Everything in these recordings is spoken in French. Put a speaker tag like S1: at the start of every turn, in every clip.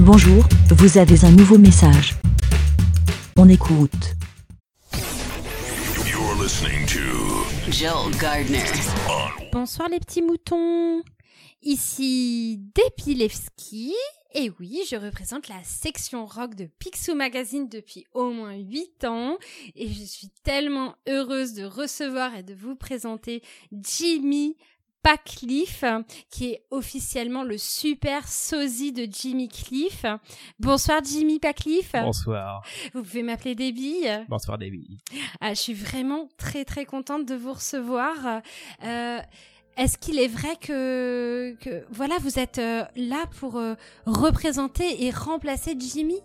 S1: Bonjour, vous avez un nouveau message. On écoute.
S2: You're listening to
S3: Joel Gardner.
S4: Bonsoir les petits moutons. Ici Depilevski. Et oui, je représente la section rock de Picsou Magazine depuis au moins 8 ans et je suis tellement heureuse de recevoir et de vous présenter Jimmy Cliff, qui est officiellement le super sosie de Jimmy Cliff. Bonsoir Jimmy Cliff.
S5: Bonsoir.
S4: Vous pouvez m'appeler Debbie.
S5: Bonsoir, David.
S4: Ah, je suis vraiment très très contente de vous recevoir. Euh, est-ce qu'il est vrai que, que voilà vous êtes euh, là pour euh, représenter et remplacer Jimmy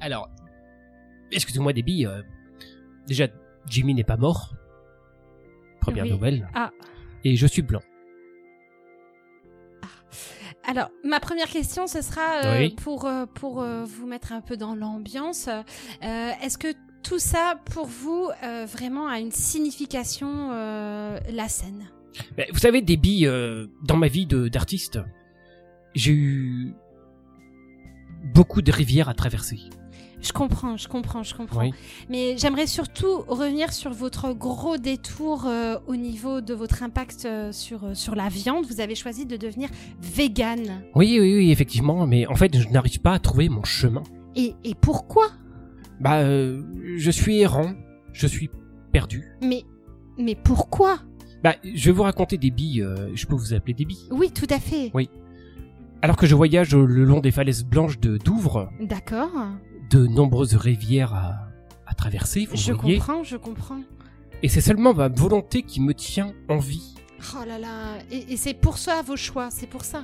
S5: Alors, excusez-moi, Déby. euh, déjà, Jimmy n'est pas mort. Première
S4: Oui.
S5: nouvelle.
S4: Ah.
S5: Et je suis blanc.
S4: Alors ma première question ce sera euh,
S5: Oui.
S4: pour euh, pour euh, vous mettre un peu dans l'ambiance. Euh, Est-ce que tout ça pour vous euh, vraiment a une signification euh, la scène
S5: Mais Bah, vous savez, Déby, euh, dans ma vie de- d'artiste, j'ai eu beaucoup de rivières à traverser.
S4: Je comprends, je comprends, je comprends. Mais j'aimerais surtout revenir sur votre gros détour euh, au niveau de votre impact euh, sur, euh, sur la viande. Vous avez choisi de devenir vegan.
S5: Oui, oui, oui, effectivement. Mais en fait, je n'arrive pas à trouver mon chemin.
S4: Et, et pourquoi
S5: Bah, euh, je suis errant. Je suis perdu.
S4: mais, mais pourquoi
S5: Bah, je vais vous raconter Déby. euh, je peux vous appeler Déby.
S4: Oui, tout à fait.
S5: Oui. Alors que je voyage le long des falaises blanches de Douvres,
S4: D'accord.
S5: de nombreuses rivières à, à traverser, vous
S4: Je
S5: voyez.
S4: comprends, je comprends.
S5: Et c'est seulement ma volonté qui me tient en vie.
S4: Oh là là. Et, et c'est pour ça vos choix, c'est pour ça.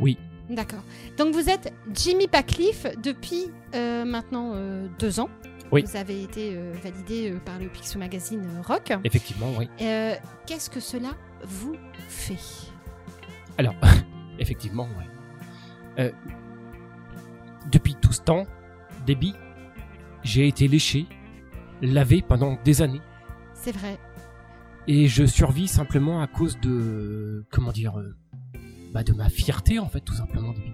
S5: Oui.
S4: D'accord. Donc vous êtes Jimmy Pacliffe depuis euh, maintenant euh, deux ans.
S5: Oui.
S4: Vous avez été euh, validé euh, par le Picsou Magazine euh, Rock.
S5: Effectivement, oui.
S4: Euh, Qu'est-ce que cela vous fait
S5: Alors, effectivement, oui. Euh, depuis tout ce temps, débit, j'ai été léché, lavé pendant des années.
S4: C'est vrai.
S5: Et je survis simplement à cause de... Comment dire euh, bah de ma fierté en fait tout simplement Déby.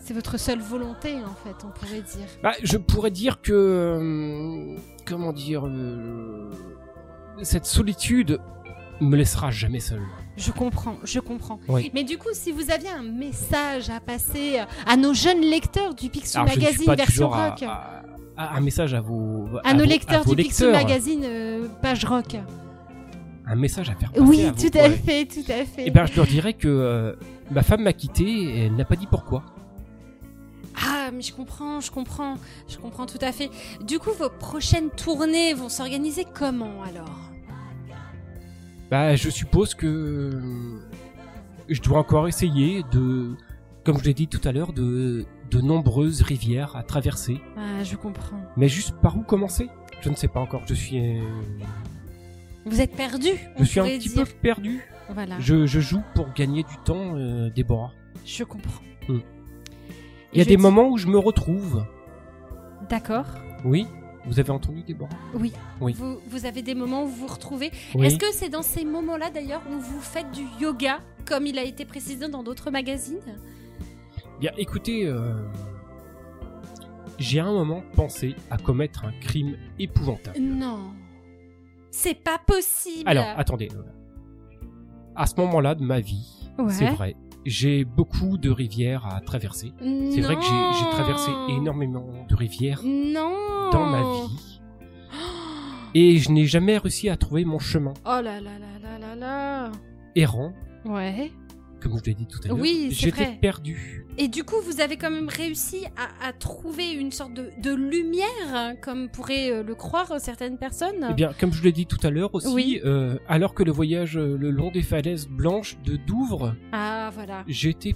S4: C'est votre seule volonté, en fait, on pourrait dire.
S5: Bah, je pourrais dire que. euh, Comment dire. euh, cette solitude me laissera jamais seul.
S4: Je comprends, je comprends.
S5: Oui.
S4: Mais du coup, si vous aviez un message à passer euh, à nos jeunes lecteurs du Picsou
S5: Alors, je ne suis
S4: Magazine
S5: pas
S4: version
S5: toujours à-
S4: rock, à,
S5: à- à- un message à vos.
S4: nos
S5: vos-
S4: lecteurs
S5: vos
S4: du Picsou
S5: lecteurs.
S4: Magazine euh, page rock.
S5: Un message à faire passer.
S4: Oui,
S5: vos-
S4: tout à
S5: ouais.
S4: fait, tout à fait.
S5: Eh ben, je leur dirais que euh, ma femme m'a quitté et elle n'a pas dit pourquoi.
S4: Ah, mais je comprends, je comprends, je comprends tout à fait. Du coup, vos prochaines tournées vont s'organiser comment alors
S5: Bah, je suppose que. euh, Je dois encore essayer de. Comme je l'ai dit tout à l'heure, de, de nombreuses rivières à traverser.
S4: Ah, je comprends.
S5: Mais juste par où commencer Je ne sais pas encore. Je suis, euh,
S4: Vous êtes perdu, on
S5: je suis un
S4: pourrait
S5: petit
S4: dire. Ah.
S5: peu perdu.
S4: Voilà.
S5: Je, je joue pour gagner du temps, euh, Déborah.
S4: Je comprends.
S5: Mm.
S4: Et
S5: Il y a
S4: je
S5: des
S4: dis-
S5: moments où je me retrouve.
S4: D'accord.
S5: Oui, vous avez entendu Déborah
S4: Oui.
S5: Oui.
S4: Vous, vous avez des moments où vous vous retrouvez.
S5: Oui.
S4: Est-ce que c'est dans ces moments-là d'ailleurs où vous faites du yoga, comme il a été précisé dans d'autres magazines
S5: Bien, écoutez, euh, j'ai à un moment pensé à commettre un crime épouvantable.
S4: Non. C'est pas possible.
S5: Alors, ah, attendez. À ce moment-là de ma vie,
S4: Ouais.
S5: c'est vrai, j'ai beaucoup de rivières à traverser. C'est vrai que j'ai j'ai traversé énormément de rivières
S4: Non.
S5: dans ma vie. Et je n'ai jamais réussi à trouver mon chemin
S4: Oh là là là là là là.
S5: errant,
S4: Ouais.
S5: comme je l'ai dit tout à l'heure.
S4: Oui, c'est
S5: J'étais
S4: vrai.
S5: perdu.
S4: Et du coup, vous avez quand même réussi à, à trouver une sorte de, de lumière, hein, comme pourraient euh, le croire certaines personnes.
S5: Eh bien, comme je l'ai dit tout à l'heure aussi,
S4: Oui.
S5: euh, alors que le voyage euh, le long des falaises blanches de Douvres,
S4: Ah voilà.
S5: j'étais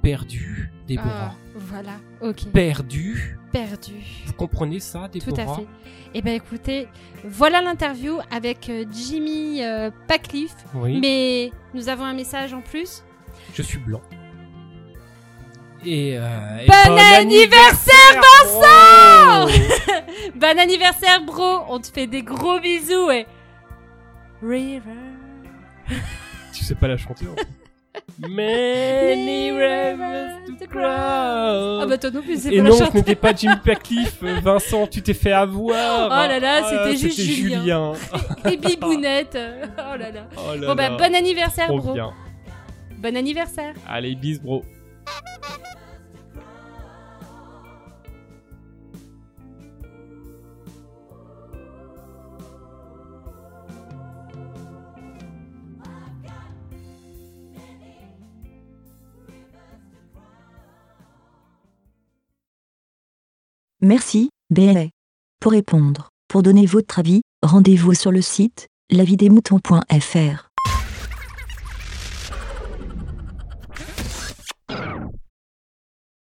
S5: perdu,
S4: Ah,
S5: Déborah.
S4: voilà. Ok.
S5: Perdu.
S4: Perdu.
S5: Vous comprenez ça,
S4: Tout
S5: Déborah
S4: à fait. Eh bien écoutez, voilà l'interview avec euh, Jimmy euh, Pacliffe.
S5: Oui.
S4: Mais nous avons un message en plus.
S5: Je suis blanc. Et, euh, et
S4: Bon anniversaire,
S5: Vincent Oh.
S4: Bon anniversaire bro, on te fait des gros bisous et... River.
S5: Tu sais pas la chanter. en fait. Many
S4: Many
S5: rivers
S4: rivers
S5: to
S4: to
S5: Crow.
S4: Ah bah toi non plus, c'est
S5: Et
S4: pas
S5: non,
S4: la
S5: ce
S4: chanteuse.
S5: n'était pas Jim Patcliffe. Vincent, tu t'es fait avoir.
S4: Oh là là,
S5: Ah,
S4: c'était juste Julien.
S5: Julien.
S4: Et Bibounette. Oh là là.
S5: Oh là
S4: Bon bah
S5: là,
S4: bon anniversaire,
S5: trop
S4: bro.
S5: bien.
S4: Bon anniversaire.
S5: Allez, bis, bro.
S1: Merci, E. BLA. Pour répondre, pour donner votre avis, rendez-vous sur le site lavidesmoutons.fr.